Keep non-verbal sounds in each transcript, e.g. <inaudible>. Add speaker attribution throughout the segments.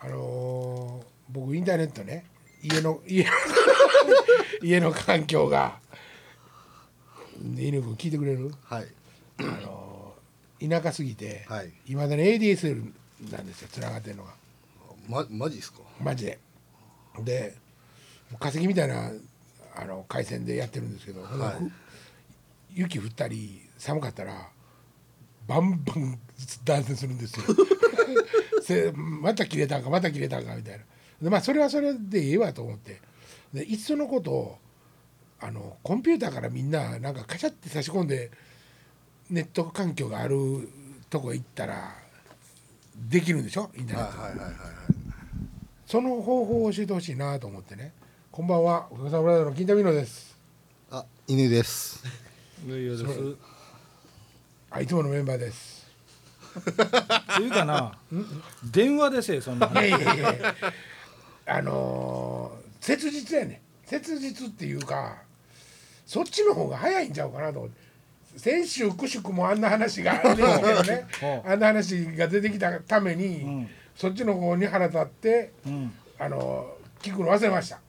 Speaker 1: あのー僕インターネットね家の家の家の環境が犬君聞いてくれる
Speaker 2: はい
Speaker 1: 田舎すぎて、
Speaker 2: はい
Speaker 1: まだに ADSL なんですよつながってるのが
Speaker 2: まマジですか
Speaker 1: マジででもう化石みたいなあの回線でやってるんですけど、
Speaker 2: はい
Speaker 1: ふ雪降ったり寒かったらバンバン断線するんですよ
Speaker 2: <laughs>
Speaker 1: せまた切れたんかまた切れたんかみたいなでまあそれはそれでええわと思ってでいっそのことをあのコンピューターからみんななんかカシャって差し込んでネット環境があるとこ行ったらできるんでしょインターネットで
Speaker 2: はいはいはいはいはい
Speaker 1: その方法を教えてほしいなと思ってね。こんばんは、おかさんブラザーの金田美濃です。
Speaker 2: あ犬です
Speaker 3: いやですと
Speaker 1: あ、いつものメンバーです。
Speaker 3: いうかな電話でせえそんない
Speaker 1: や
Speaker 3: 話。
Speaker 1: いやいや <laughs> あのー切実やね。切実っていうか、そっちの方が早いんちゃうかなと思って。先週くしくもあんな話があるんですけどね
Speaker 3: <laughs>
Speaker 1: あんな話が出てきたために、
Speaker 3: ん
Speaker 1: そっちの方に腹立って、
Speaker 3: うん
Speaker 1: あのー聞くの忘れました。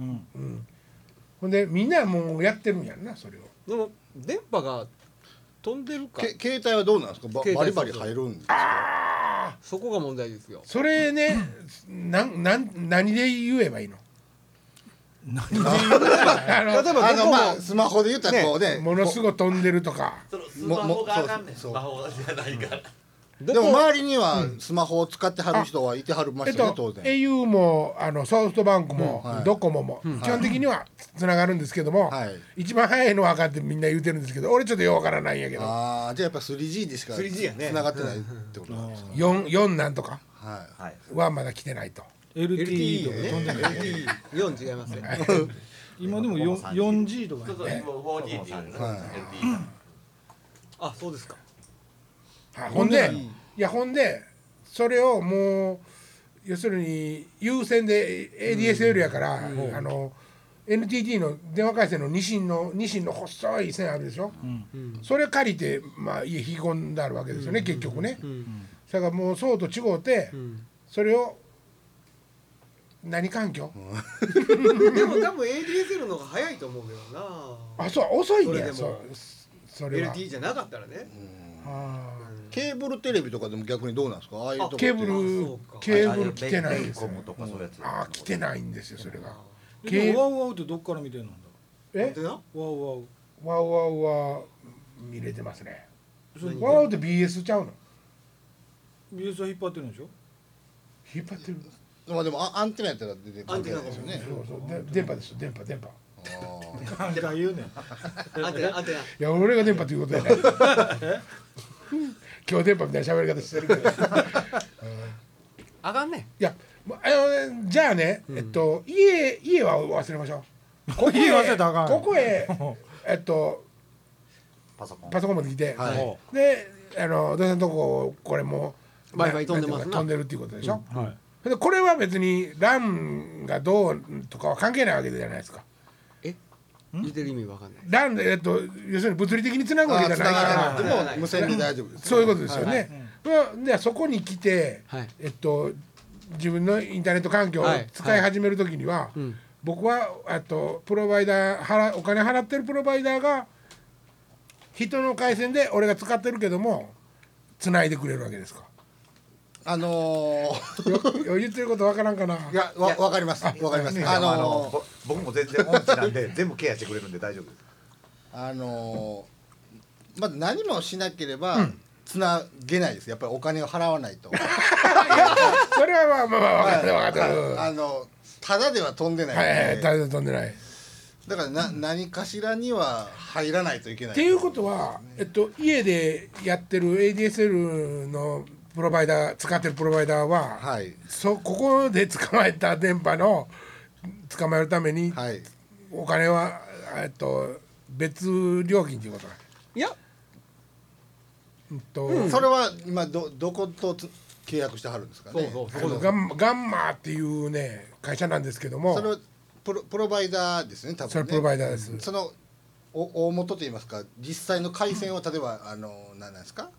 Speaker 3: うん
Speaker 1: ほんでみんなもうやってるんやんな、それを。
Speaker 4: でも電波が飛んでるか
Speaker 2: け携帯はどうなんですかば
Speaker 4: 携
Speaker 2: バリ
Speaker 4: 帯
Speaker 2: バリ入るんです
Speaker 4: そこが問題ですよ
Speaker 1: それ
Speaker 3: <laughs>
Speaker 1: ね、なん、なん、何で言えばいいの。
Speaker 4: 例えば
Speaker 2: あの
Speaker 4: どこも
Speaker 2: まあスマホで言ったらこうね
Speaker 1: ものすごい飛んでるとか。
Speaker 5: そのス
Speaker 2: も
Speaker 5: マホがあかんねんス
Speaker 2: そうそう
Speaker 5: マホじゃないから
Speaker 4: ど
Speaker 2: でも
Speaker 4: こ
Speaker 2: 周りにはスマホを使ってはる人はいてはるま
Speaker 1: えっ
Speaker 2: したね
Speaker 1: と
Speaker 2: 当、然
Speaker 1: au もあのソフトバンクも、
Speaker 2: うんはい
Speaker 1: ドコモも、基本的にはつながるんですけども、
Speaker 2: はい
Speaker 1: 一番早いのはあかんってみんな言うてるんですけど俺ちょっとようわからないんやけど
Speaker 2: ああじゃあやっぱ 3G でしか
Speaker 4: 3G やね
Speaker 2: 繋がってないってことなんですか
Speaker 1: 4, 四なんとか
Speaker 2: はい
Speaker 5: はい
Speaker 1: はまだ来てないと
Speaker 3: LTE とか飛んでない
Speaker 4: LT4 違いますね
Speaker 3: 今でもよん 4G とか
Speaker 5: そうそう今 4G って言うんです
Speaker 2: はい
Speaker 5: LTE
Speaker 4: あそうですか
Speaker 1: はいほんでいやほんでそれをもう要するに優先で ADSL やから、あの NTT の電話回線の二進の二進の細い線あるでしょ、それ借りて、まあ、家引き込んであるわけですよね、結局ね。
Speaker 4: うん
Speaker 1: だからもうそうと違うて、
Speaker 4: ん
Speaker 1: それを何環境、
Speaker 4: でも多分 ADSL の方が早いと思うけどな
Speaker 1: あそう遅いね
Speaker 4: それで
Speaker 1: や
Speaker 4: も
Speaker 1: そうそれは
Speaker 4: LT じゃなかったらね
Speaker 1: あ
Speaker 2: ケーブルテレビとかでも逆にどうなんですかああいうと
Speaker 1: ー
Speaker 2: こって
Speaker 1: ケーブ
Speaker 4: あそう
Speaker 1: ル
Speaker 4: か
Speaker 1: ケーブル来てない
Speaker 5: ベ
Speaker 1: で
Speaker 5: イ
Speaker 1: す
Speaker 5: コ
Speaker 1: よ
Speaker 5: ムとかそういうやつ
Speaker 1: あー来てないんですよそれが
Speaker 3: でもワウワウってどっから見てるんだ
Speaker 1: え
Speaker 4: でな
Speaker 3: ワウワウ
Speaker 1: ワウワウは見れてますね
Speaker 4: 何
Speaker 1: ワウワウって BS ちゃうの
Speaker 3: BS は引っ張ってるんでしょ
Speaker 1: 引っ張ってる
Speaker 2: まあでもあアンテナやったら出てくるわけですよね
Speaker 1: そうそうで電波ですよ電波電波
Speaker 3: なんか言うねん
Speaker 4: アンテナアンテナ
Speaker 1: いや俺が電波ということやない今日電波みたいな喋り方してるけど
Speaker 4: あかんね
Speaker 1: いや、まあのねじゃあね、えっと、家、家は忘れましょう。ここへ
Speaker 3: <laughs> 家忘れたらあかんよ
Speaker 1: ここへ、
Speaker 3: <laughs>
Speaker 1: えっと、
Speaker 5: パソコン
Speaker 1: パソコン持ってきて、
Speaker 2: はい
Speaker 1: で、あの、どうせのとこ、これも。
Speaker 4: Wi-Fi 飛んでます
Speaker 1: なてい
Speaker 4: な
Speaker 1: うか飛んでるっていうことでしょ、
Speaker 3: はい
Speaker 1: で、これは別に、LAN がどうとかは関係ないわけじゃないですか。
Speaker 4: え言ってる意味わかんない
Speaker 1: LAN で、えっと、要するに物理的につなぐ
Speaker 2: あ
Speaker 1: わ
Speaker 2: あ
Speaker 1: けじゃ
Speaker 2: 繋
Speaker 1: ないか
Speaker 2: が
Speaker 1: ら
Speaker 2: ら。なくても無線で大丈夫です
Speaker 1: そういうことですよね。うんでそこに来て、
Speaker 4: はい
Speaker 1: えっと自分のインターネット環境を
Speaker 4: はい
Speaker 1: 使い始めるときには、
Speaker 4: ん
Speaker 1: 僕はあとプロバイダー払お金払ってるプロバイダーが人の回線で俺が使ってるけども繋いでくれるわけですか。
Speaker 2: あのー
Speaker 1: よ言ってることわからんかな。
Speaker 2: いやわわかりますわかりますあ
Speaker 5: あの
Speaker 2: のー
Speaker 5: ぼ僕も全然音痴なん <laughs> で全部ケアしてくれるんで大丈夫です
Speaker 2: あのーまず何もしなければつなげないですやっぱりお金を払わな
Speaker 1: <laughs>
Speaker 2: いと
Speaker 1: それはまあまあまあ分かってる分かってる。
Speaker 2: あのただでは飛んでない
Speaker 1: はいはい
Speaker 2: んで
Speaker 1: 大丈夫飛んでない。っ
Speaker 2: だからな何かしらには入らないといけない
Speaker 1: ていうことは、えっと、家でやってる ADSL のプロバイダー使ってるプロバイダーは、
Speaker 2: はい
Speaker 1: そここで捕まえた電波の捕まえるために
Speaker 2: はい
Speaker 1: お金は、えっと別料金ということだ。
Speaker 4: いや
Speaker 1: うんと、
Speaker 2: それは今どどことつ契約してはるんですか
Speaker 4: そう
Speaker 2: ね
Speaker 4: そうそ
Speaker 1: あ
Speaker 4: こ
Speaker 1: の
Speaker 4: だ
Speaker 1: ガンガンマっていうね会社なんですけども、
Speaker 2: それはプロプロバイダーですね多
Speaker 1: それ
Speaker 2: 分
Speaker 1: プロバ
Speaker 2: ね
Speaker 1: イダーです。
Speaker 2: そのお大元といいますか実際の回線を例えばあの何なんですか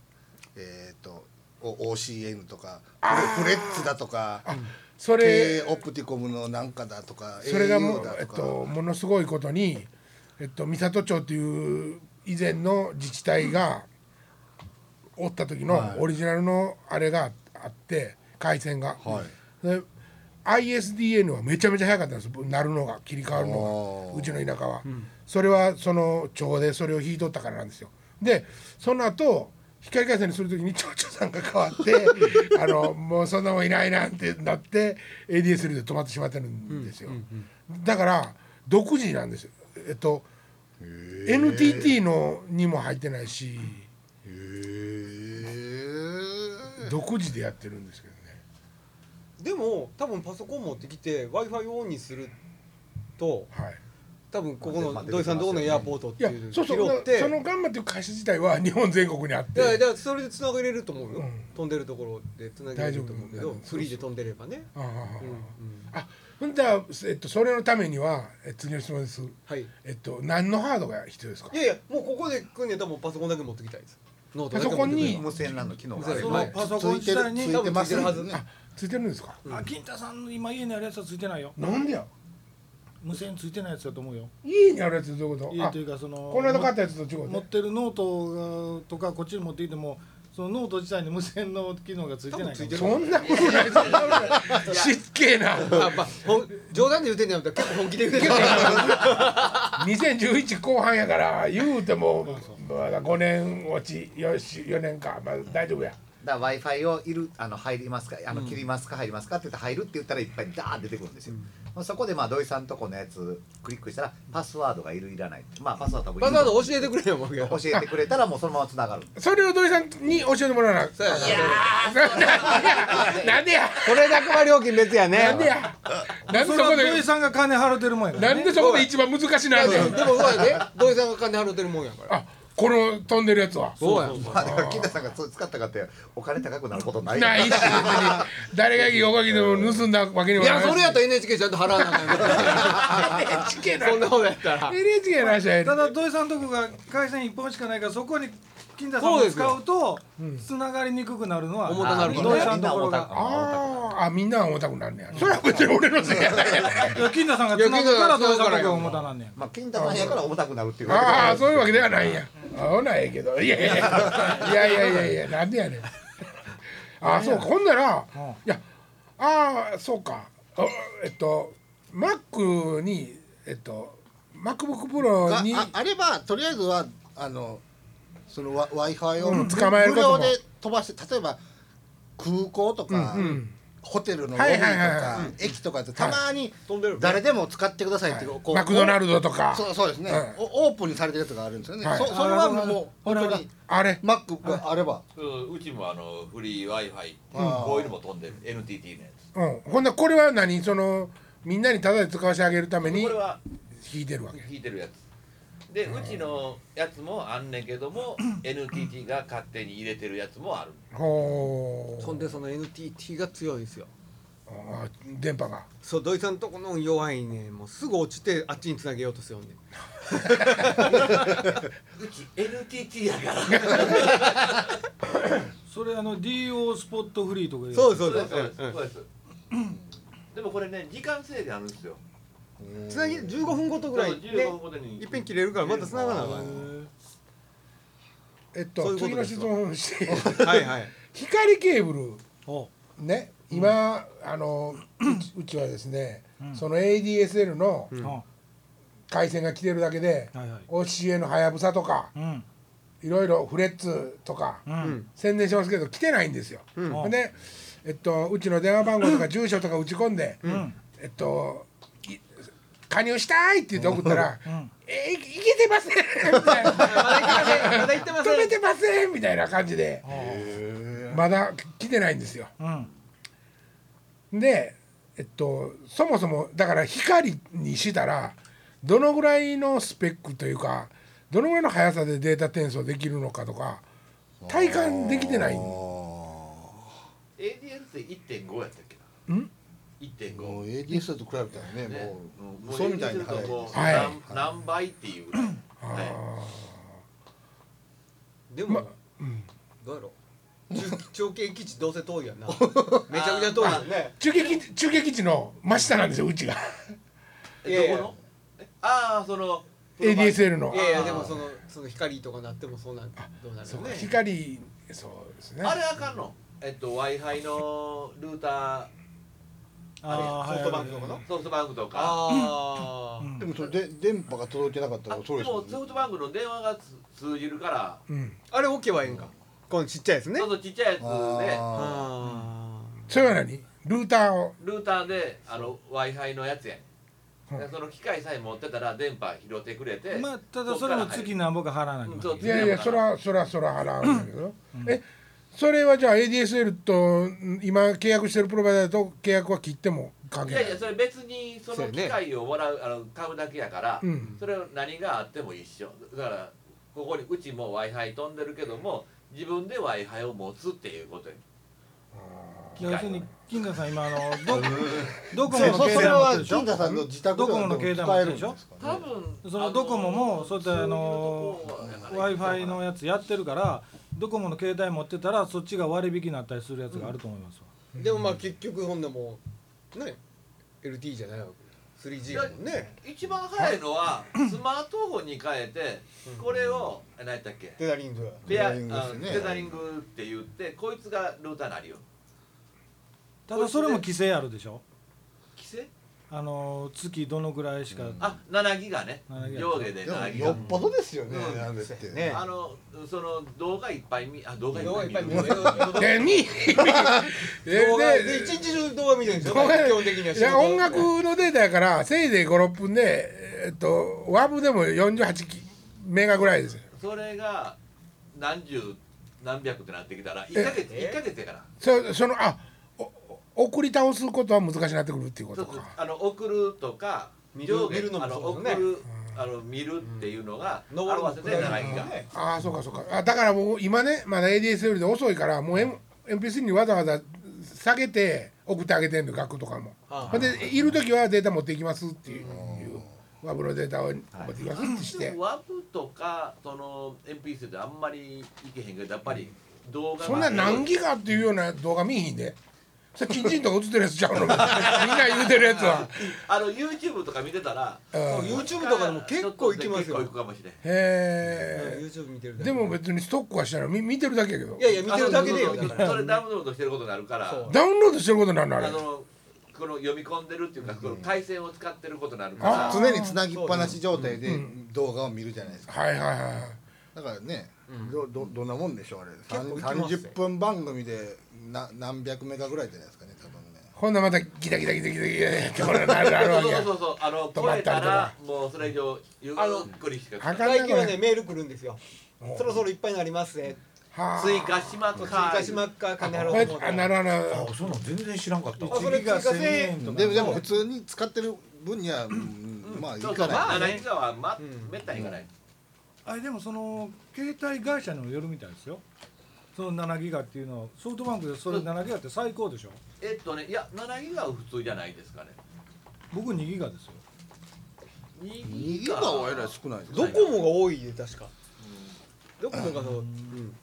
Speaker 2: えっ、とお OCN とかフレフレッツだとか
Speaker 1: それ
Speaker 2: K オプティコムのなんかだとか
Speaker 1: それがも
Speaker 2: au
Speaker 1: う
Speaker 2: だ、
Speaker 1: えっ
Speaker 2: とか、
Speaker 1: と、ものすごいことに、えっと、三郷町という以前の自治体がおった時のオリジナルのあれがあって回線が、
Speaker 2: は
Speaker 1: で ISDN はめちゃめちゃ早かったんですなるのが切り替わるの
Speaker 2: お
Speaker 1: が
Speaker 2: ー
Speaker 1: うちの田舎は、それはその町でそれを引いとったからなんですよでその後光回線にする時に町長さんが変わって
Speaker 2: <laughs>
Speaker 1: あのもうそんなもんいないなんてなって ADSL で止まってしまってるんですよ、だから独自なんですよえっと NTT のにも入ってないし
Speaker 2: へえ
Speaker 1: 独自でやってるんですけどね
Speaker 4: でも多分パソコン持ってきて w i f i をオンにすると
Speaker 1: はい
Speaker 4: 多分ここ
Speaker 5: まあ
Speaker 4: の
Speaker 5: 出てきますよね
Speaker 4: 土井さんのとこのエアポートっ
Speaker 1: い
Speaker 4: て
Speaker 1: や
Speaker 4: いうのを
Speaker 1: そうそう
Speaker 4: 拾って
Speaker 1: そのガンマっていう会社自体は日本全国にあっ
Speaker 4: いやい
Speaker 1: て
Speaker 4: やそれで繋げれると思うよ、
Speaker 1: うん
Speaker 4: 飛んでるところで繋げれると思うけ
Speaker 1: 大丈
Speaker 4: ど
Speaker 1: 夫うん
Speaker 4: フリーで飛んでればね、
Speaker 1: ああああ
Speaker 4: うんうん、
Speaker 1: あほんじゃあ、えっと、それのためにはえ次の質問です
Speaker 4: はい
Speaker 1: えっと何のハードが必要ですか
Speaker 4: いやいやもうここで来んねやったらもうパソコンだけ持ってきたいですノート
Speaker 1: パソ
Speaker 4: だけ
Speaker 1: コ
Speaker 4: 持っ
Speaker 1: ン
Speaker 4: てきたい
Speaker 1: に
Speaker 5: 無線 LAN の機能があ
Speaker 4: 無
Speaker 5: れ
Speaker 4: 線
Speaker 5: ば
Speaker 4: の
Speaker 3: パソコ
Speaker 2: つ
Speaker 3: ン
Speaker 2: いて
Speaker 3: 自体
Speaker 2: るつ
Speaker 3: に
Speaker 2: いてます
Speaker 4: 多分ついて
Speaker 1: ついてる
Speaker 2: ね
Speaker 4: るはず
Speaker 1: んですか
Speaker 3: あ金太さんの今家にあるやつはついてないよ
Speaker 1: なんでや
Speaker 3: 無線ついてないやつだと思うよ
Speaker 1: 家にあるやつどういうこ
Speaker 3: 家
Speaker 1: とあ
Speaker 3: というかその
Speaker 1: この間買ったやつと違う
Speaker 3: 持
Speaker 1: て
Speaker 3: ってるノートがとかこっちに持ってきてもそのノート自体に無線の機能がついてないから
Speaker 4: 多分ついてる
Speaker 1: そんなことないそんなことない失敬な
Speaker 4: あまあほん冗談で言ってんねやったら結構本気で <laughs> 言うてる
Speaker 1: 2011後半やから言うてもまだ5年落ちよし4年かまあ大丈夫や
Speaker 5: だ w i f i をいるあの入りますかあの切りますか入りますかって言って入るって言ったらいっぱいダーン出てくるんですよ、そこでまあ土井さんとこのやつクリックしたらパスワードがいるいらないってまあパスワード多分い
Speaker 4: パ
Speaker 5: る
Speaker 4: スワード教えてくれよもういや <laughs>
Speaker 5: 教えてくれたらもうそのまま繋がる
Speaker 1: それを土井さんに教えてもらわな
Speaker 4: そうやな
Speaker 1: <laughs> なんでや
Speaker 4: それだけは料金別や
Speaker 1: なんで
Speaker 4: ね
Speaker 1: やなんで
Speaker 3: そ
Speaker 1: そ
Speaker 3: れは
Speaker 1: こ
Speaker 3: 土井
Speaker 1: で
Speaker 3: さんが金払ってるもんやから
Speaker 1: な
Speaker 3: ね
Speaker 1: んでそこで一番難しい
Speaker 4: い
Speaker 1: な
Speaker 4: や
Speaker 1: んで
Speaker 4: でもでもそうやね土井さんが金払ってるもんやから
Speaker 1: あこの飛んでるやつは
Speaker 4: そうやん
Speaker 5: まあだから金田さんがそれ使ったかってお金高くなることない
Speaker 1: ないし別に誰が横書きでも盗んだわけにも
Speaker 4: い
Speaker 1: ない
Speaker 4: やそれや
Speaker 1: <laughs>
Speaker 4: ったら NHK ちゃんと払わなあかん
Speaker 1: ら NHK
Speaker 4: やん <laughs> そんな
Speaker 1: な
Speaker 4: ことやったら
Speaker 1: NHK の話はええ
Speaker 3: ただ土井さんのとこが回線一本しかないからそこに金太さん
Speaker 4: そう
Speaker 3: を
Speaker 4: ですよ
Speaker 3: 使うとつながりにくくなるのは
Speaker 4: 重たなる
Speaker 3: 土
Speaker 4: か
Speaker 5: み
Speaker 4: ら
Speaker 5: ん
Speaker 3: 井
Speaker 5: な
Speaker 3: さ
Speaker 5: み
Speaker 3: ん
Speaker 5: んな重
Speaker 3: のところ
Speaker 5: た
Speaker 3: が
Speaker 1: あーあみんなは重たくなんねやそれは別に俺のせいやない
Speaker 3: いや金太さんがつながるから土井さんのとこが重たなんねん
Speaker 5: まあ金太さんやから重たくなるっていうわけでは
Speaker 1: あ
Speaker 5: な
Speaker 1: あ
Speaker 5: い
Speaker 1: そういうわけではないんやあほなええけどいやいやいやいやいやいやいやなんでやねんああそうかほんなら
Speaker 3: うん
Speaker 1: いやああそうかあえっと Mac にえっと MacBookPro
Speaker 2: が
Speaker 1: に
Speaker 2: ああればとりあえずはあのその w i f i を
Speaker 1: うん
Speaker 2: 無
Speaker 1: 捕まえることも
Speaker 2: 料で飛ばして例えば空港とか、
Speaker 1: うんうん
Speaker 2: ホテルのロビーとか、
Speaker 1: はいはいはいはい
Speaker 2: 駅とかってたまに
Speaker 4: 飛んでる
Speaker 2: 誰でも使ってくださいっていう、こう
Speaker 1: マクドナルドとか
Speaker 2: そうそうですね、
Speaker 1: うん
Speaker 2: おオープンにされてるやつがあるんですよね、
Speaker 1: はい
Speaker 2: そそれはもう
Speaker 3: ほ
Speaker 2: 本
Speaker 3: らほら
Speaker 2: 当に
Speaker 1: あれ
Speaker 2: Mac があれば
Speaker 6: うんうちもあのフリー w i f i
Speaker 2: うん
Speaker 6: こういうのも飛んでる NTT のや
Speaker 1: うんほんならこれは何そのみんなにただで使わせてあげるため
Speaker 6: つ
Speaker 1: に
Speaker 6: これは
Speaker 1: 弾いてるわけ
Speaker 6: 引いてるやつでうちのやつもあんねんけども NTT が勝手に入れてるやつもある
Speaker 1: ほ
Speaker 4: そん
Speaker 1: う
Speaker 4: でその NTT が強いんですよ
Speaker 1: あー電波が
Speaker 4: そう土井さんとこの弱いねもうすぐ落ちてあっちにつなげようとするんね
Speaker 6: うち NTT や <laughs> から
Speaker 3: それあの DO スポットフリーとかい
Speaker 4: そうそ
Speaker 6: そう
Speaker 4: うそ
Speaker 6: で
Speaker 4: う
Speaker 6: す
Speaker 4: そ
Speaker 6: そ
Speaker 4: う
Speaker 6: うですそうですでもこれね時間制限あるんですよ
Speaker 4: つなぎ15分ごとぐらいね
Speaker 6: 15分後でに
Speaker 4: いっぺん切れるからまたつながなあかん
Speaker 1: えっ
Speaker 4: そう
Speaker 1: と
Speaker 4: い
Speaker 1: 次の
Speaker 4: うことです
Speaker 1: 質問して <laughs>
Speaker 4: はいはい
Speaker 1: 光ケーブル
Speaker 4: お
Speaker 1: ね今、あのうちうちはですね、
Speaker 3: うん
Speaker 1: その ADSL の
Speaker 3: うんは
Speaker 1: 回線が来てるだけで、
Speaker 3: いはい
Speaker 1: OCA のはやぶさとか
Speaker 3: うん
Speaker 1: いろいろフレッツとか、
Speaker 3: う
Speaker 4: うんん
Speaker 1: 宣伝してますけど来てないんですよ。
Speaker 4: うん
Speaker 3: あ
Speaker 1: で、えっと、うちの電話番号とか住所とか打ち込んで、
Speaker 3: うん
Speaker 1: えっとい加入したいって言って送ったら「
Speaker 3: うん
Speaker 1: えいいけてません」みたいな <laughs>
Speaker 4: まだ行ってませんまだ行ってま
Speaker 1: 止
Speaker 4: せ
Speaker 1: め
Speaker 4: ん
Speaker 1: てません」みたいな感じでまだ来てないんですよ。
Speaker 3: うん
Speaker 1: でえっとそもそもだから光にしたらどのぐらいのスペックというかどのぐらいの速さでデータ転送できるのかとか体感できてない
Speaker 2: あ
Speaker 6: ADS って1.5やったっけ
Speaker 1: ん
Speaker 6: 1.5
Speaker 2: ーもう ADS と比べたらね
Speaker 6: ね
Speaker 2: もう、
Speaker 6: もう
Speaker 2: そうみたいに早い
Speaker 6: もう
Speaker 1: はい
Speaker 6: 何何倍っていうぐらい
Speaker 1: あー
Speaker 6: はい
Speaker 4: でも、
Speaker 1: ま
Speaker 4: どうやろ長継基地どうせ遠いや <laughs> んなめちゃくちゃ遠いよね
Speaker 1: 中継基地中継基地の真下なんですようちが
Speaker 4: いやいや
Speaker 6: えどこのえああその
Speaker 1: ADSL の
Speaker 4: いやいやでもそのその光とかなってもそうなんどうなる
Speaker 1: そ
Speaker 4: よ
Speaker 1: う
Speaker 4: ね
Speaker 1: 光そうですね
Speaker 6: あれあかんのえっと w i f i のルータ
Speaker 3: あー
Speaker 4: ソフトバンク
Speaker 3: はいはい
Speaker 4: とか
Speaker 3: はい
Speaker 4: の
Speaker 6: ーソフトバンクとか
Speaker 4: ああ、
Speaker 3: うん
Speaker 2: でもそれで電波が届いてなかった
Speaker 6: あ
Speaker 2: ら
Speaker 6: でも
Speaker 2: そうですよね
Speaker 6: ソフトバンクの電話がつ通じるから
Speaker 1: うん
Speaker 4: あれ置けばいいんか、このちっちゃいですね
Speaker 6: ちょっとちっちゃいやつで
Speaker 2: あ
Speaker 4: あ
Speaker 1: それは何ルーターを
Speaker 6: ルーターであの w i f i のやつやん
Speaker 1: うん
Speaker 6: だからその機械さえ持ってたら電波拾ってくれて
Speaker 3: まあただそれも月なんぼか払わなきゃいけない
Speaker 1: いやいやそらそらそら払うんだけど、えそれはじゃあ ADSL とん今契約してるプロバイダーと契約は切っても関
Speaker 6: い
Speaker 1: 係な
Speaker 6: や
Speaker 1: い
Speaker 6: いやそれ別にそ
Speaker 4: そう
Speaker 6: の
Speaker 4: やね
Speaker 6: 機械をもらうあの買うだけやから、
Speaker 1: うん
Speaker 6: それは何があっても一緒だからここにうちも w i f i 飛んでるけども自分で w i f i を持つっていうことや
Speaker 3: 要するに金田さん今あのドドコ
Speaker 2: そ
Speaker 3: モ
Speaker 2: う
Speaker 3: の
Speaker 2: そそれ
Speaker 3: 携帯持って
Speaker 2: は
Speaker 3: るでしょ
Speaker 2: 金田さんの自宅では
Speaker 3: ドコモの携帯
Speaker 2: 使えるんすかね
Speaker 6: 多分
Speaker 3: そのドコモもそうやってあの
Speaker 6: そういうとこ
Speaker 3: w
Speaker 6: は
Speaker 3: i f i のやつやってるからドコモの携帯持ってたらそっちが割引になったりするやつがあると思いますわ、
Speaker 4: ーでもまあ結局ほんでもうね LT じゃないわけ 3G やもんね
Speaker 6: 一番早いのはスマートフォンに変えてこれを何やったっけ
Speaker 4: テザリング
Speaker 6: ペアあ
Speaker 2: テザリングですよね
Speaker 6: テザリングって言ってこいつがルーターなるよ
Speaker 3: ただそれも規制あるでしょ
Speaker 6: 規制
Speaker 3: あの月どのぐらいしか、
Speaker 6: あ7ギガね
Speaker 3: 7ギガ
Speaker 6: 上下で
Speaker 2: でも
Speaker 6: 7ギ
Speaker 2: よ
Speaker 6: ガ
Speaker 2: っぽどですよね、
Speaker 6: うん
Speaker 2: なんでって、
Speaker 4: ね
Speaker 6: あのその動画いっぱい見あ動画いっ
Speaker 4: 動画いっぱ
Speaker 6: ぱ
Speaker 4: い
Speaker 6: い
Speaker 4: 見
Speaker 6: 見
Speaker 4: る
Speaker 6: る
Speaker 1: で <laughs> にで
Speaker 4: 動画
Speaker 1: で
Speaker 4: で一日中動画見てるんですよ
Speaker 1: 動画
Speaker 4: 基本的には仕
Speaker 1: い
Speaker 4: 事
Speaker 1: や音楽のデータやからせいぜい56分でえっと WAV でも48メガぐらいですよ
Speaker 6: それが何十何百ってなってきたら1ヶ月
Speaker 4: え
Speaker 6: 一ヶ月やから
Speaker 1: そそのあおお送り倒すことは難しくなってくるっていうこ
Speaker 6: ちょ
Speaker 1: と
Speaker 6: っと
Speaker 1: か
Speaker 6: あの送るとか
Speaker 4: 見る
Speaker 6: 上下
Speaker 4: 見るのも
Speaker 6: あの
Speaker 4: そう
Speaker 6: 送
Speaker 4: ですよね
Speaker 6: るあの見るっていうのが合
Speaker 4: 登るの
Speaker 6: わ
Speaker 4: も
Speaker 6: せ
Speaker 4: 下
Speaker 6: て
Speaker 4: りるの
Speaker 6: 長い
Speaker 4: も
Speaker 6: が
Speaker 4: ね
Speaker 1: ああそうかそうかあだからもう今ねまだ ADSL で遅いからもう、M、MP3 にわざわざ下げて送ってあげてんの額とかも
Speaker 4: ああ
Speaker 1: ほんでいる時はデータ持っていきますっていういうワブのデータを持っていきますってして
Speaker 6: でもワブとかその MP3 ってあんまりいけへんけどやっぱり動画が
Speaker 1: そんな何ギガっていうような動画見えへんでそれキンチンとか映ってるやつちゃうのみんな言うてるやつは
Speaker 6: あの YouTube とか見てたら
Speaker 1: うん
Speaker 4: そう YouTube とかでも結構行きますよ
Speaker 6: 結構行くかもしれん
Speaker 1: へ
Speaker 4: YouTube 見てる
Speaker 1: え
Speaker 4: だけ
Speaker 1: でも別にストックはしてない見見てるだけやけど
Speaker 4: いやいや見てるだけでよだから
Speaker 6: それダウンロードしてることになるから
Speaker 4: そう
Speaker 1: ダウンロードしてることになるのあれ
Speaker 6: あのこの読み込んでるっていうか、この回線を使ってることになるか
Speaker 1: あー
Speaker 6: ら
Speaker 2: 常につなぎっぱなし状態で動画を見るじゃないですか
Speaker 1: はいはいはい
Speaker 2: だからね、どどどんなもんでしょうあれさん
Speaker 4: 結構いきますよ
Speaker 2: 30分番組でな何百メガぐらいじゃないですかね多分ね
Speaker 1: ほんならまたギタギタギタギタギタやってこれなるある
Speaker 6: そう
Speaker 1: わけ
Speaker 6: そ
Speaker 1: や
Speaker 6: うそうそうそうあの
Speaker 1: 止ま
Speaker 6: 超
Speaker 1: ったり
Speaker 6: えた
Speaker 1: とから
Speaker 6: もうそれ以上ゆっくりしか
Speaker 1: あかん
Speaker 4: 最近はねメール来るんですよそろそろいっぱいになりますね
Speaker 1: はあ
Speaker 6: 追加しまっか
Speaker 4: 追加しまっか金払おうと思っ
Speaker 1: これあ
Speaker 4: た
Speaker 1: な
Speaker 4: ら
Speaker 1: るほど
Speaker 5: あそんなん全然知らんかった
Speaker 4: あそれ追加せん
Speaker 2: でもでも普通に使ってる分には、うんまあいい
Speaker 6: そう
Speaker 2: か
Speaker 6: そうま
Speaker 2: な
Speaker 6: あ
Speaker 2: い、
Speaker 6: 7ギガはま
Speaker 4: うん
Speaker 6: めったにいかない
Speaker 3: あれでもその携帯会社にもよるみたいですよその7ギガっていうのはソフトバンクでそれ7ギガって最高でしょ
Speaker 6: えっとねいや7ギガは普通じゃないですかね
Speaker 3: 僕2ギガですよ
Speaker 2: 2ギガはえらい少ないです
Speaker 4: ドコモが多いで確かドコモがそのうん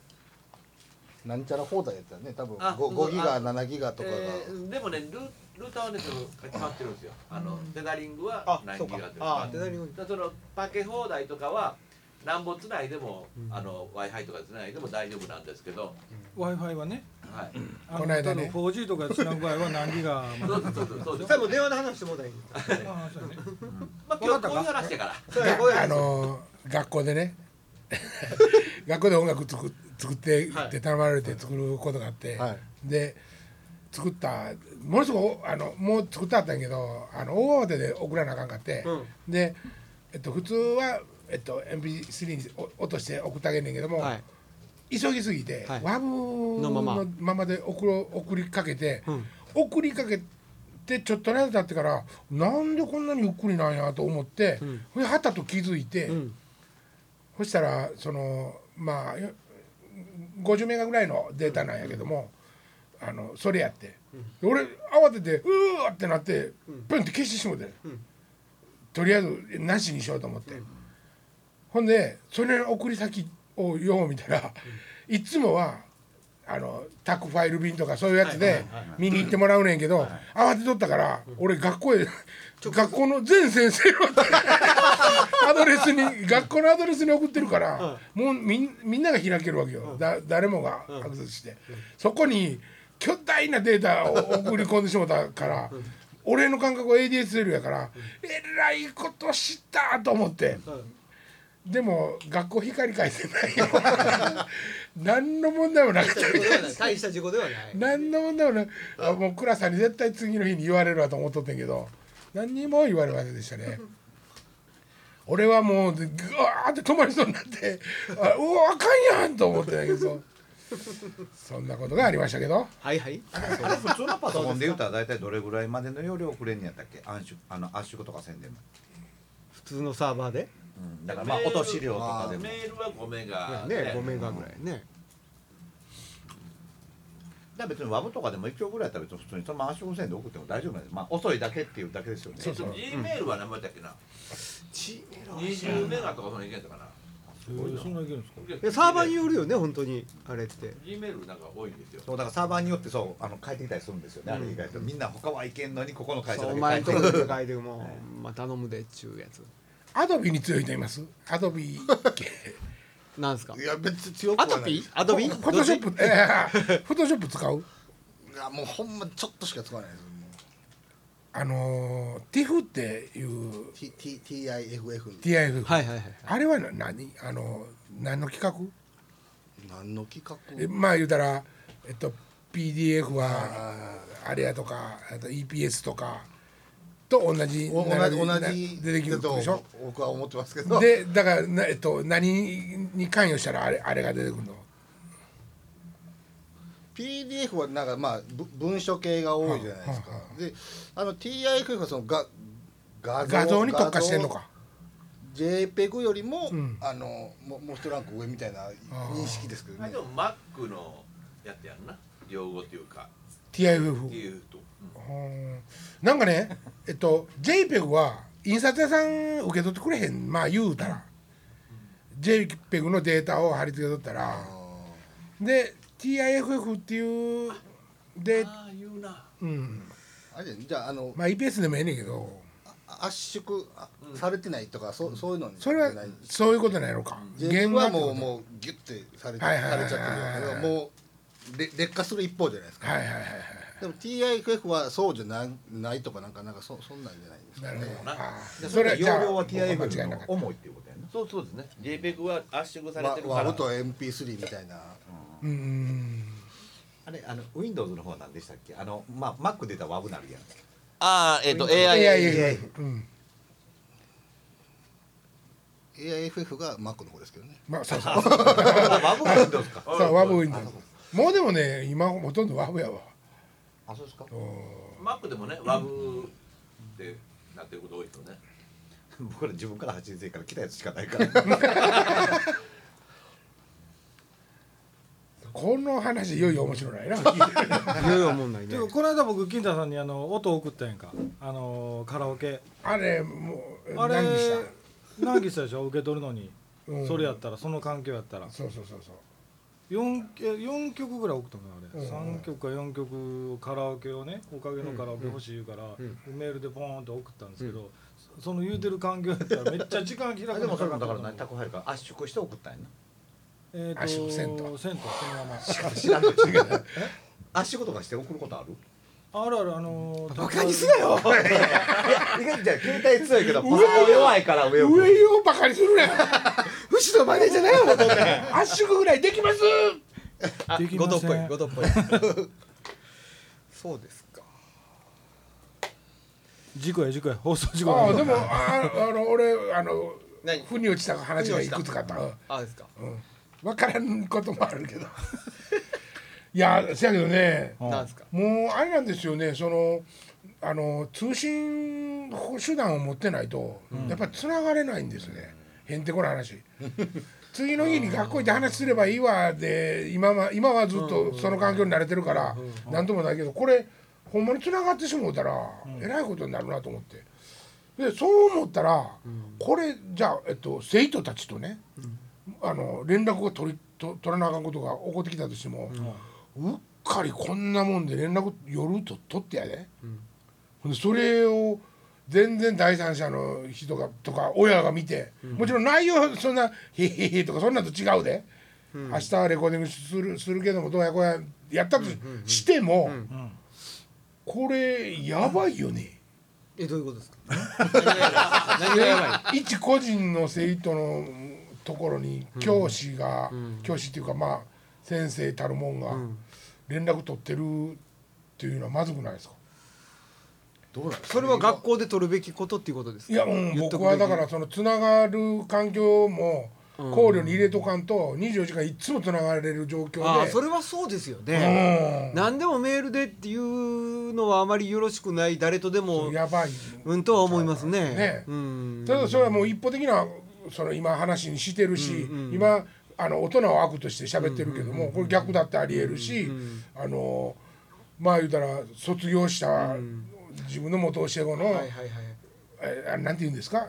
Speaker 2: なんちゃら放題やったらね多分
Speaker 6: あ
Speaker 2: 5,
Speaker 6: そう
Speaker 2: 5ギ
Speaker 6: あ
Speaker 2: ガ7ギガとかが、
Speaker 6: えーでもねルルーターはねその決まってるんですよあのテザリングは
Speaker 4: あ
Speaker 6: 何
Speaker 4: そ
Speaker 6: ギ
Speaker 4: う
Speaker 6: ガ
Speaker 4: か
Speaker 6: って決ま
Speaker 4: あ
Speaker 6: って
Speaker 4: 手
Speaker 6: る
Speaker 4: なりの
Speaker 6: だからそのパケ放題とかはなんぼつないでも、あの w i f i とかつないでも大丈夫なんですけど、
Speaker 3: w i f i はね
Speaker 6: はい
Speaker 3: あ
Speaker 1: この間ね
Speaker 3: 多分 4G とかでつなぐ場合は何ギガまで
Speaker 6: そうそうそうそうです
Speaker 4: 最後電話で話してもらい
Speaker 5: <laughs>
Speaker 3: ああそうやね
Speaker 6: まあ今日こういう話やから
Speaker 4: そうやこういう
Speaker 1: があ
Speaker 4: 話
Speaker 1: のー学校でね <laughs> 学校で音楽作作って
Speaker 6: はい
Speaker 1: って頼まれて作ることがあって、
Speaker 2: はい
Speaker 1: で作ったものすごくあのもう作ってあったんやけどあの大慌てで送らなあかんかって、で、えっと、普通は、えっと、MP3 にお落として送ってあげんねんけども、
Speaker 4: はい
Speaker 1: 急ぎすぎて、
Speaker 4: はい
Speaker 1: ワブの
Speaker 4: のまま
Speaker 1: ままで送ろ送りかけて、
Speaker 4: うん
Speaker 1: 送りかけてちょっとずつ経ってからなんでこんなにゆっくりなんやと思って、
Speaker 4: ん
Speaker 1: ほんではたと気づいて、
Speaker 4: うん
Speaker 1: そしたらそのまあよ50メガぐらいのデータなんやけども、あのそれやって、で俺慌ててうわってなってプンって消してしもて、
Speaker 4: ん
Speaker 1: とりあえずなしにしようと思って。ほんでそれの送り先をよう見たら、いつもはあの宅ファイル便とかそういうやつ
Speaker 4: はいは
Speaker 1: で
Speaker 4: いはい
Speaker 1: 見に行ってもらうねんけど、慌てとったから俺学校へ学校の全先生のアドレスに学校のアドレスに送ってるから、もうみんみんなが開けるわけよ、だ誰もがアクセスして、そこに巨大なデータを送り込んでしもたから、俺の感覚は ADSL やから、えらいことしたと思って。でも学校光り返せない <laughs> よ何の問題もなかった
Speaker 4: 大した事故ではない大した事故ではない
Speaker 1: 何の問題もなくあもう倉さんに絶対次の日に言われるわと思っとってんけど何にも言われませんでしたね俺はもうぐわーって止まりそうになってあうわあかんやんと思ってたけどそんなことがありましたけど
Speaker 4: はいはい
Speaker 5: あれ普通のパソコンで言うたら大体どれぐらいまでの容量送れんやったっけ暗縮あの圧縮とかせんでも、
Speaker 4: 普通のサーバーで
Speaker 5: うん、だからまあ落とし量とかでも
Speaker 6: メールは5メガ、
Speaker 4: ね5メガぐらいね
Speaker 5: だから別にワブとかでも1曲ぐらいだったら別に普通にそのまま圧縮せんで送っても大丈夫なんですまあ遅いだけっていうだけですよね
Speaker 6: えっと G メールは何倍だっけな、
Speaker 4: G メールは欲しいな
Speaker 6: 20メガとかそのいけんのかな
Speaker 3: えそんないけるんですか
Speaker 4: えサーバーによるよね本当にあれって
Speaker 6: G メールなんか多いんですよ
Speaker 5: そうだからサーバーによってそうあの変えてきたりするんですよね、あれ意外とみんな他はいけんのにここの会社だ
Speaker 4: お
Speaker 5: け
Speaker 4: 前
Speaker 5: 変え
Speaker 4: ん
Speaker 5: てくる
Speaker 4: とこの世界で
Speaker 5: <laughs>
Speaker 4: もほんま頼むでっちゅうやつ
Speaker 1: アドビに強いと言いますアドビ
Speaker 4: なんすか
Speaker 2: いや別に強く
Speaker 4: ア
Speaker 2: はない
Speaker 4: トピーアトピー
Speaker 1: フォトショップえーフォトショップ使う
Speaker 2: いやもうほんまちょっとしか使わないですも
Speaker 1: あのー、TIFF っていう
Speaker 2: う T- T- TIFF
Speaker 1: TIF
Speaker 4: はいはいはい
Speaker 1: あれはな何あの何の企
Speaker 2: 何の企画
Speaker 1: 画えまあ言うたら、えっと、PDF はあれやとかあと EPS とかと同じ
Speaker 2: お同
Speaker 1: 並
Speaker 2: じ
Speaker 1: び
Speaker 2: 同
Speaker 1: な
Speaker 2: じ
Speaker 1: 出てきるでしょ
Speaker 2: だと僕は思ってますけど
Speaker 1: でだからな、えっと、何に関与したらあれあれが出てくるの
Speaker 2: PDF はなんかまあぶ文書系が多いじゃないですか
Speaker 1: は
Speaker 2: であの TIFF はそのが画像
Speaker 1: 画像に特化してんのか
Speaker 2: JPEG よりも、
Speaker 1: うん
Speaker 2: あのももう一ランク上みたいな認識ですけど
Speaker 6: あ
Speaker 2: ね
Speaker 6: でも Mac のやつやんな用語っていうか
Speaker 1: TIF
Speaker 6: っていうと、うん
Speaker 1: うんなんかねえっと JPEG は印刷屋さん受け取ってくれへんまあ言うたら JPEG のデータを貼り付けとったらで TIFF っていうで
Speaker 6: ああ言うな
Speaker 1: うん
Speaker 2: あれじゃああの
Speaker 1: まあ EPS でもええねんけど
Speaker 2: 圧縮あされてないとか、そそういうのに
Speaker 1: それは
Speaker 2: ない
Speaker 1: そういうことないのか
Speaker 2: 原画は
Speaker 1: ってこ
Speaker 2: も
Speaker 1: と
Speaker 2: うもうギュッてされて、
Speaker 1: はいはいはい
Speaker 2: されちゃってるけどもうれ劣化する一方じゃないですか
Speaker 1: はいはいはいは
Speaker 2: でも TIFF はそうじゃないないとかなんかなんかそそんなんじゃないです
Speaker 1: い
Speaker 2: か
Speaker 1: なるほど
Speaker 6: な
Speaker 1: あー
Speaker 5: それは容量は
Speaker 1: じゃあ僕
Speaker 5: TIF
Speaker 1: 間違いな
Speaker 5: の
Speaker 1: かった
Speaker 5: 重いっていうことやな、
Speaker 6: そうそうですね JPEG は圧縮され
Speaker 2: わ
Speaker 6: てるか
Speaker 2: ワ
Speaker 6: ら
Speaker 2: ブと MP3 みたいな
Speaker 1: うんうんうん
Speaker 5: あれあの Windows の方は何でしたっけあのまあ Mac で言ったら WAV なるやん
Speaker 6: ああえっ、と
Speaker 1: い
Speaker 6: AI
Speaker 1: やいやいやうん
Speaker 2: AIFF が Mac の方ですけどね
Speaker 1: まあそう
Speaker 3: <laughs>
Speaker 1: そう
Speaker 5: WAV が Windows か
Speaker 1: そうワブウィンドウもうでもね今ほとんどワブやわ
Speaker 5: あそうですか
Speaker 6: Mac でもね WAV ってなってること多いですよね
Speaker 5: 僕ら自分から8年生から来たやつしかないから
Speaker 1: この話いよいよ面白
Speaker 3: <laughs>
Speaker 1: ないな
Speaker 4: いろいろ思んない
Speaker 3: で
Speaker 4: ね
Speaker 3: もこの間僕金田さんにあの音送ったやんかあのカラオケ
Speaker 1: あれもう
Speaker 3: あれ
Speaker 1: 何でした
Speaker 3: 何ギしたでしょ受け取るのに、
Speaker 1: うん
Speaker 3: それやったらその環境やったら
Speaker 1: そうそうそうそう
Speaker 3: 4, え四曲ぐらい送ったのかなあれ、
Speaker 1: うん
Speaker 3: 三3曲か4曲をカラオケをねおかげのカラオケ欲しい言うから、メールでポーンと送ったんですけど、そその言うてる環境やったらめっちゃ時間開くの
Speaker 5: あでもそれ
Speaker 3: か
Speaker 5: もだか
Speaker 3: か
Speaker 5: ら
Speaker 3: った
Speaker 5: 何宅配から圧縮して送ったんやな
Speaker 4: <laughs>
Speaker 3: えー、
Speaker 1: あし
Speaker 3: と
Speaker 1: 銭湯
Speaker 3: 銭湯そのまま
Speaker 5: 知らんの違う圧縮とかして送ることある
Speaker 3: あるあるあのー、
Speaker 5: なよいやいやいや携帯強いけどパソコン弱いから上を
Speaker 1: 上よバカにするなよ
Speaker 5: 牛のマネじゃないよもうとん
Speaker 3: <laughs>
Speaker 5: ね
Speaker 1: 圧縮ぐらいできます
Speaker 4: あ
Speaker 3: でき
Speaker 4: ご
Speaker 3: ま
Speaker 4: とっ
Speaker 3: せん
Speaker 4: ぽいごとっぽい <laughs> そうですか
Speaker 3: 事故や事故や放送事故
Speaker 1: あ
Speaker 3: や
Speaker 1: あでもああの俺あの
Speaker 4: 何
Speaker 1: 腑に落ちた話がいくつかあったうん
Speaker 4: あですか
Speaker 1: 分からんこともあるけどいやせやけどね
Speaker 3: うん
Speaker 4: なんですか
Speaker 1: もうあれなんですよねそのあの通信手段を持ってないと、やっぱつながれないんですね、へんてこな <laughs> 話次の日に学校行って話すればいいわで今は今はずっとその環境に慣れてるから何ともないけどこれほんまにつながってしもうたらえらいことになるなと思ってでそう思ったらこれじゃあ、えっと、生徒たちとね、あの連絡を取りと取らなあかんことが起こってきたとしても、うっかりこんなもんで連絡夜と取ってやで、
Speaker 4: うん
Speaker 1: ほんでそれを全然第三者の人がとか親が見て、もちろん内容はそんな「へへへ」とかそんなんと違うで、明日はレコーディングするするけどもどうやこうややったとししても、
Speaker 3: ん
Speaker 1: これやばいよね。
Speaker 4: えどういうことですか何がやばい
Speaker 1: 一個人の生徒のところに教師が、
Speaker 4: ん
Speaker 1: 教師っていうかまあ先生たるもんが
Speaker 4: ん
Speaker 1: 連絡取ってるっていうのはまずくないですか
Speaker 2: どうなんですか
Speaker 4: それは学校で取るべきことっていうことですか
Speaker 1: いやうん
Speaker 4: 言っと
Speaker 1: 僕
Speaker 4: くべき
Speaker 1: はだからそのつながる環境も
Speaker 4: うん
Speaker 1: 考慮に入れとかんと24時間いつもつながれる状況
Speaker 4: ああ
Speaker 1: で
Speaker 4: それはそうですよ
Speaker 1: う
Speaker 4: ね、何でもメールでっていうのはあまりよろしくない誰とでも
Speaker 1: んやばい
Speaker 4: うんとは思いますね
Speaker 1: ね
Speaker 4: うん
Speaker 1: ただそれはもう一方的なその今話にしてるし、
Speaker 4: うんうん
Speaker 1: 今あの大人を悪として喋ってるけども、これ逆だってありえるし、あのまあ言うたら卒業した自分の元教え子の、
Speaker 4: はいはいはい
Speaker 1: えあなんて言うんですか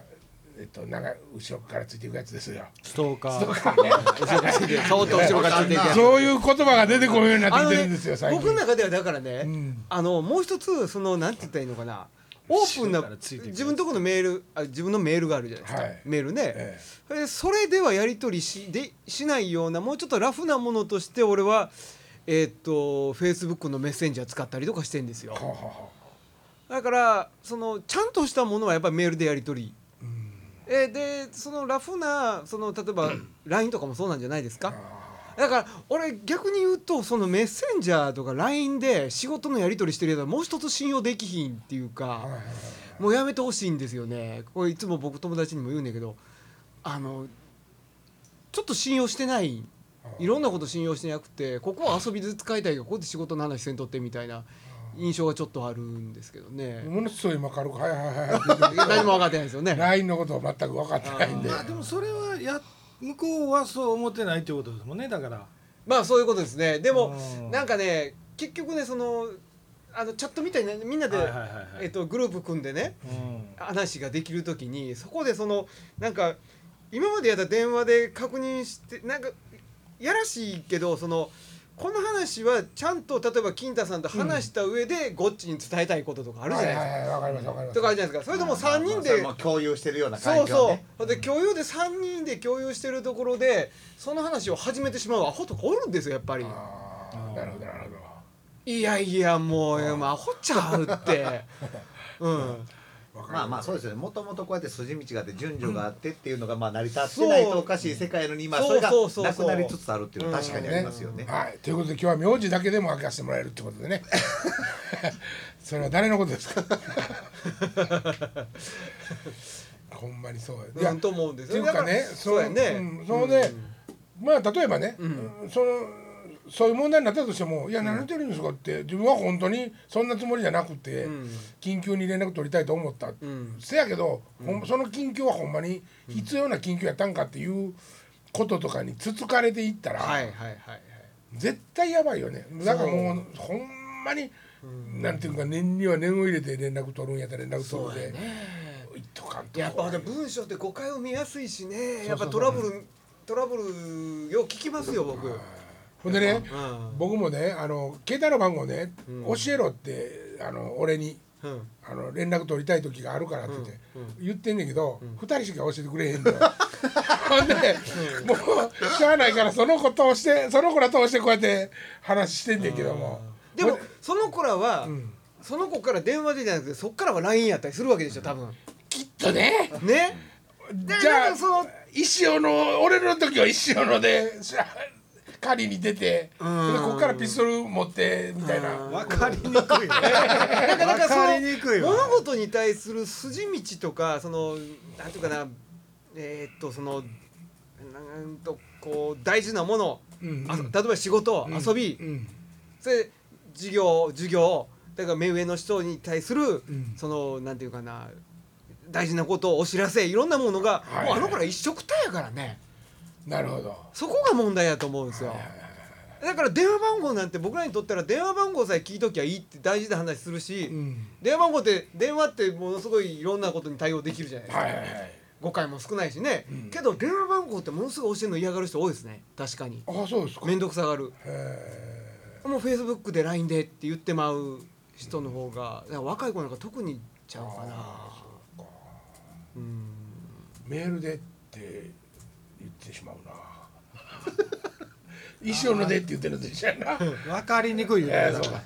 Speaker 1: えっとなんか後ろからついていくやつですよ。
Speaker 3: ストーカー
Speaker 4: 後ろからついて
Speaker 1: <laughs>
Speaker 4: そーっと後ろからついていく
Speaker 1: そういう言葉が出てこるようになってきてるんですよ、最
Speaker 4: 僕の
Speaker 1: 近。
Speaker 4: 中ではだからね、
Speaker 1: ん
Speaker 4: あのもう一つそのなんて言ったらいいのかなオープンな
Speaker 3: 後ろからついてくる
Speaker 4: 自分とこのメールあ自分のメールがあるじゃないですか、
Speaker 1: はい
Speaker 4: メールね、
Speaker 1: え
Speaker 4: えーそれではやり取りしでしないようなもうちょっとラフなものとして俺はえーっとフェイスブックのメッセンジャー使ったりとかしてんですよ
Speaker 1: はあはあは
Speaker 4: だからそのちゃんとしたものはやっぱりメールでやり取り、えーでそのラフなその例
Speaker 1: <clears throat>
Speaker 4: えば LINE とかもそうなんじゃないですかだから俺逆に言うとそのメッセンジャーとか LINE で仕事のやり取りしてるやつはもう一つ信用できひんっていうか
Speaker 1: いはいは
Speaker 4: もうやめてほしいんですよねこれいつも僕友達にも言うんだけどあのちょっと信用してないいろんなこと信用してなくてここは遊びで使いたいがここで仕事の話せんとってみたいな印象がちょっとあるんですけどね
Speaker 1: あ。ものすごい今軽く「はいはいはい
Speaker 4: いや <laughs> 何も分かってないですよ」ね。
Speaker 1: LINE のことは全く分かってないんで。
Speaker 3: まあでもそれはや向こうはそう思ってないってことですもんねだから
Speaker 4: まあそういうことですね。でも
Speaker 3: うん
Speaker 4: なんかね結局ねそのあのチャットみたいなみんなで、
Speaker 3: はいはいはいはい
Speaker 4: えっとグループ組んでね
Speaker 3: うん
Speaker 4: 話ができるときにそこでそのなんか今までやった電話で確認してなんかやらしいけどその。この話はちゃんと例えば金太さんと話した上でゴッチに伝えたいこととかあるじゃないですか。
Speaker 1: はいはいはい、分かります分かります。
Speaker 4: とかあるじゃないですか。それとも3人
Speaker 5: まあ
Speaker 4: で
Speaker 5: まあそれも共有してるような
Speaker 4: そ
Speaker 5: 環
Speaker 4: うそ
Speaker 5: 境
Speaker 4: う、ほんで共有で3人で共有してるところでその話を始めてしまうアホとかおるんですよやっぱり
Speaker 1: あーなるほどなるほど。
Speaker 4: いやいやもうもうアホちゃうって <laughs> うん
Speaker 5: まあまあそうですよねもともとこうやって筋道があって順序があってっていうのがまあ成り立ってないとおかしい世界のに今
Speaker 4: そう
Speaker 5: それが
Speaker 4: そうそうそう
Speaker 5: なくなりつつあるっていうのは確かにありますよね。
Speaker 1: はい、ということで今日は名字だけでも明かしてもらえるってこ
Speaker 5: <laughs>
Speaker 1: とでねそれは誰のことですかほんまにそうやいや、
Speaker 4: うんと思うんです
Speaker 1: ってい
Speaker 4: よ
Speaker 1: うかね
Speaker 4: だらそうやね
Speaker 1: んそのね、まあ例えばね、そのそういう問題になったとしても「いや何言ってるんですか?」って自分は本当にそんなつもりじゃなくて、
Speaker 4: うん
Speaker 1: 緊急に連絡取りたいと思った、
Speaker 4: ん
Speaker 1: せやけど、ほんその緊急はほんまに必要な緊急やったんかっていうこととかにつつかれていったら、
Speaker 4: はいはいはいはい
Speaker 1: 絶対やばいよねだからもうほんまに、なんていうか念には念を入れて連絡取るんやったら連絡取るで、いっとかんと
Speaker 4: やっぱほんで文章って誤解を見やすいしねやっぱトラブルトラブルよく聞きますよ僕
Speaker 1: ほんでね、
Speaker 4: うん
Speaker 1: 僕もねあの携帯の番号ね、教えろってあの俺に
Speaker 4: うん
Speaker 1: あの連絡取りたい時があるからって言って,、
Speaker 4: うんうん
Speaker 1: 言ってんねんけど、二人しか教えてくれへんのよ <laughs> ほんで、もうしゃあないからその子としてその子らとしてこうやって話してんねんけども
Speaker 4: でもその子らは、その子から電話でじゃなくてそっからは LINE やったりするわけでしょ多分
Speaker 1: きっとね
Speaker 4: ねで
Speaker 1: じ
Speaker 4: な
Speaker 1: ゃ
Speaker 4: ん
Speaker 1: あ
Speaker 4: かその
Speaker 1: 石尾の俺の時は石尾のでしゃ狩りに出てで
Speaker 4: ん
Speaker 1: こっからピストル持ってみたいな
Speaker 3: わかりにくいね
Speaker 4: なんかなんかそ
Speaker 3: わかりにくい
Speaker 4: の
Speaker 3: わ
Speaker 4: 物事に対する筋道とかそのなんていうかなえーっとそのなんとこう大事なもの、あ例えば仕事、遊び、
Speaker 1: うん
Speaker 4: それ授業授業だから目上の人に対する、そのなんていうかな大事なことをお知らせいろんなものが、
Speaker 1: はい
Speaker 4: もうあの子ら一色たやからね
Speaker 1: なるほど
Speaker 4: そこが問題やと思うんですよ。だから電話番号なんて僕らにとったら電話番号さえ聞いときゃいいって大事な話するし、
Speaker 1: うん
Speaker 4: 電話番号って電話ってものすごいいろんなことに対応できるじゃないですか、
Speaker 1: はいはいはい
Speaker 4: 誤解も少ないしね、けど電話番号ってものすごい教えるの嫌がる人多いですね確かに
Speaker 1: あそうですか
Speaker 4: 面倒くさがる
Speaker 1: へ
Speaker 4: もうフェイスブックで LINE でって言ってまう人の方が、だから若い子なんか特にちゃうかなうん
Speaker 1: メールでって言ってしまうな一生のでって言ってるんでしょな
Speaker 3: 分かりにくいよ、
Speaker 1: えー
Speaker 3: だ
Speaker 1: そ
Speaker 3: か
Speaker 1: うか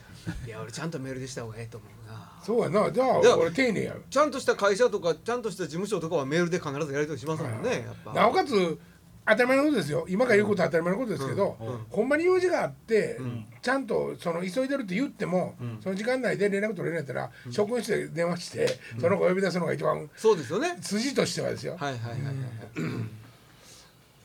Speaker 1: ら
Speaker 4: いや俺ちゃんとメールでした方がええと思うな
Speaker 1: そうやなじゃ
Speaker 4: いや
Speaker 1: あ俺丁寧や
Speaker 4: ちゃんとした会社とかちゃんとした事務所とかはメールで必ずやり取りしますもんねやっぱ
Speaker 1: なおかつ当たり前のことですよ今から言うことは当たり前のことですけど、
Speaker 4: うんうん
Speaker 1: ほんまに用事があって、ちゃんとその急いでるって言っても、その時間内で連絡取れないったら、職務室で電話して、その子呼び出すのが一番
Speaker 4: そうですよね
Speaker 1: 筋としてはですよ、
Speaker 4: はいはいはいはいはい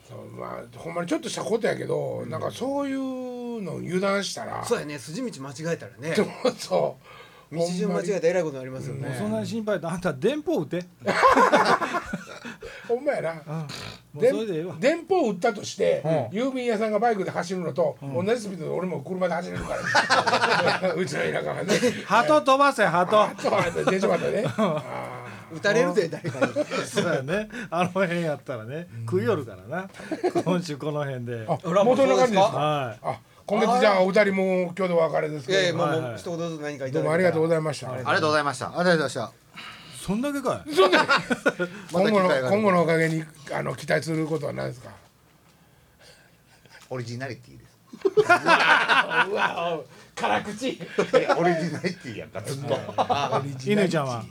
Speaker 1: そうまあ、ほんまにちょっとしたことやけど、なんかそういうのを油断したら
Speaker 4: そうやね筋道間違えたらね
Speaker 1: そう <laughs> そう
Speaker 4: 道順間違えたらえらいことになりますよ
Speaker 3: もう
Speaker 4: ね
Speaker 3: そんなに心配だあんた電報打て、
Speaker 1: ほんまやな
Speaker 3: うん、もう
Speaker 1: で
Speaker 3: それでええわ
Speaker 1: 電報を打ったとして、
Speaker 3: う
Speaker 1: 郵便屋さんがバイクで走るのと、同じスピードで俺も車で走れる
Speaker 4: <laughs>
Speaker 1: から、うちの田舎がね <laughs>
Speaker 3: 鳩飛ばせ鳩
Speaker 1: あそうあの電車までねあ
Speaker 4: 打たれるで誰かに
Speaker 3: そうやねあの辺やったらね食いよるからな今週この辺で
Speaker 1: ー
Speaker 4: 裏
Speaker 1: あ
Speaker 4: も
Speaker 1: 元
Speaker 4: そう
Speaker 1: の感じ
Speaker 4: ですか
Speaker 1: ですか
Speaker 3: はい
Speaker 1: あ今月じゃあお二人も今日でお別れです
Speaker 4: いや
Speaker 1: け
Speaker 4: いや
Speaker 1: ど、
Speaker 4: もう
Speaker 3: はい
Speaker 4: も
Speaker 3: は
Speaker 4: う
Speaker 3: い
Speaker 4: 一言ずつ何かいただけたら
Speaker 1: どうもありがとうございました
Speaker 5: ありがとうございました
Speaker 2: ありがとうございました
Speaker 3: そんだけかい
Speaker 1: そんな
Speaker 2: また
Speaker 1: 今後
Speaker 2: 機会が
Speaker 1: の
Speaker 2: あれば
Speaker 1: 今後のおかげにあの期待することは何ですか
Speaker 5: オリジナリティです
Speaker 1: うわ辛口
Speaker 5: えオリジナリティやんかずっと
Speaker 3: 犬ちゃんは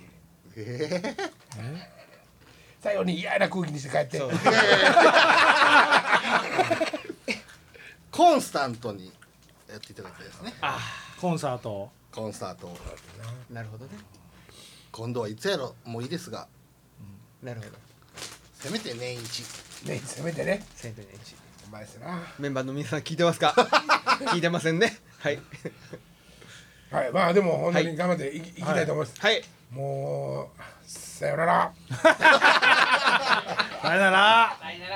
Speaker 1: 最後に嫌な空気にして帰って
Speaker 4: そう
Speaker 2: コンスタントにやっていただきたいですね
Speaker 3: コンサート
Speaker 2: コンサートを
Speaker 4: なるほどね
Speaker 2: 今度はいつやろもういいですが
Speaker 4: なるほど
Speaker 2: せめて年一
Speaker 1: ねせめてね
Speaker 4: 千と年一
Speaker 1: お前ですな
Speaker 4: メンバーの皆さん聞いてますか
Speaker 1: <laughs>
Speaker 4: 聞いてませんねはい
Speaker 1: はいまあでも本当
Speaker 4: は
Speaker 1: に頑張っていいきたいと思います、
Speaker 4: はい
Speaker 1: もうさよなら
Speaker 3: さよなら
Speaker 6: さよなら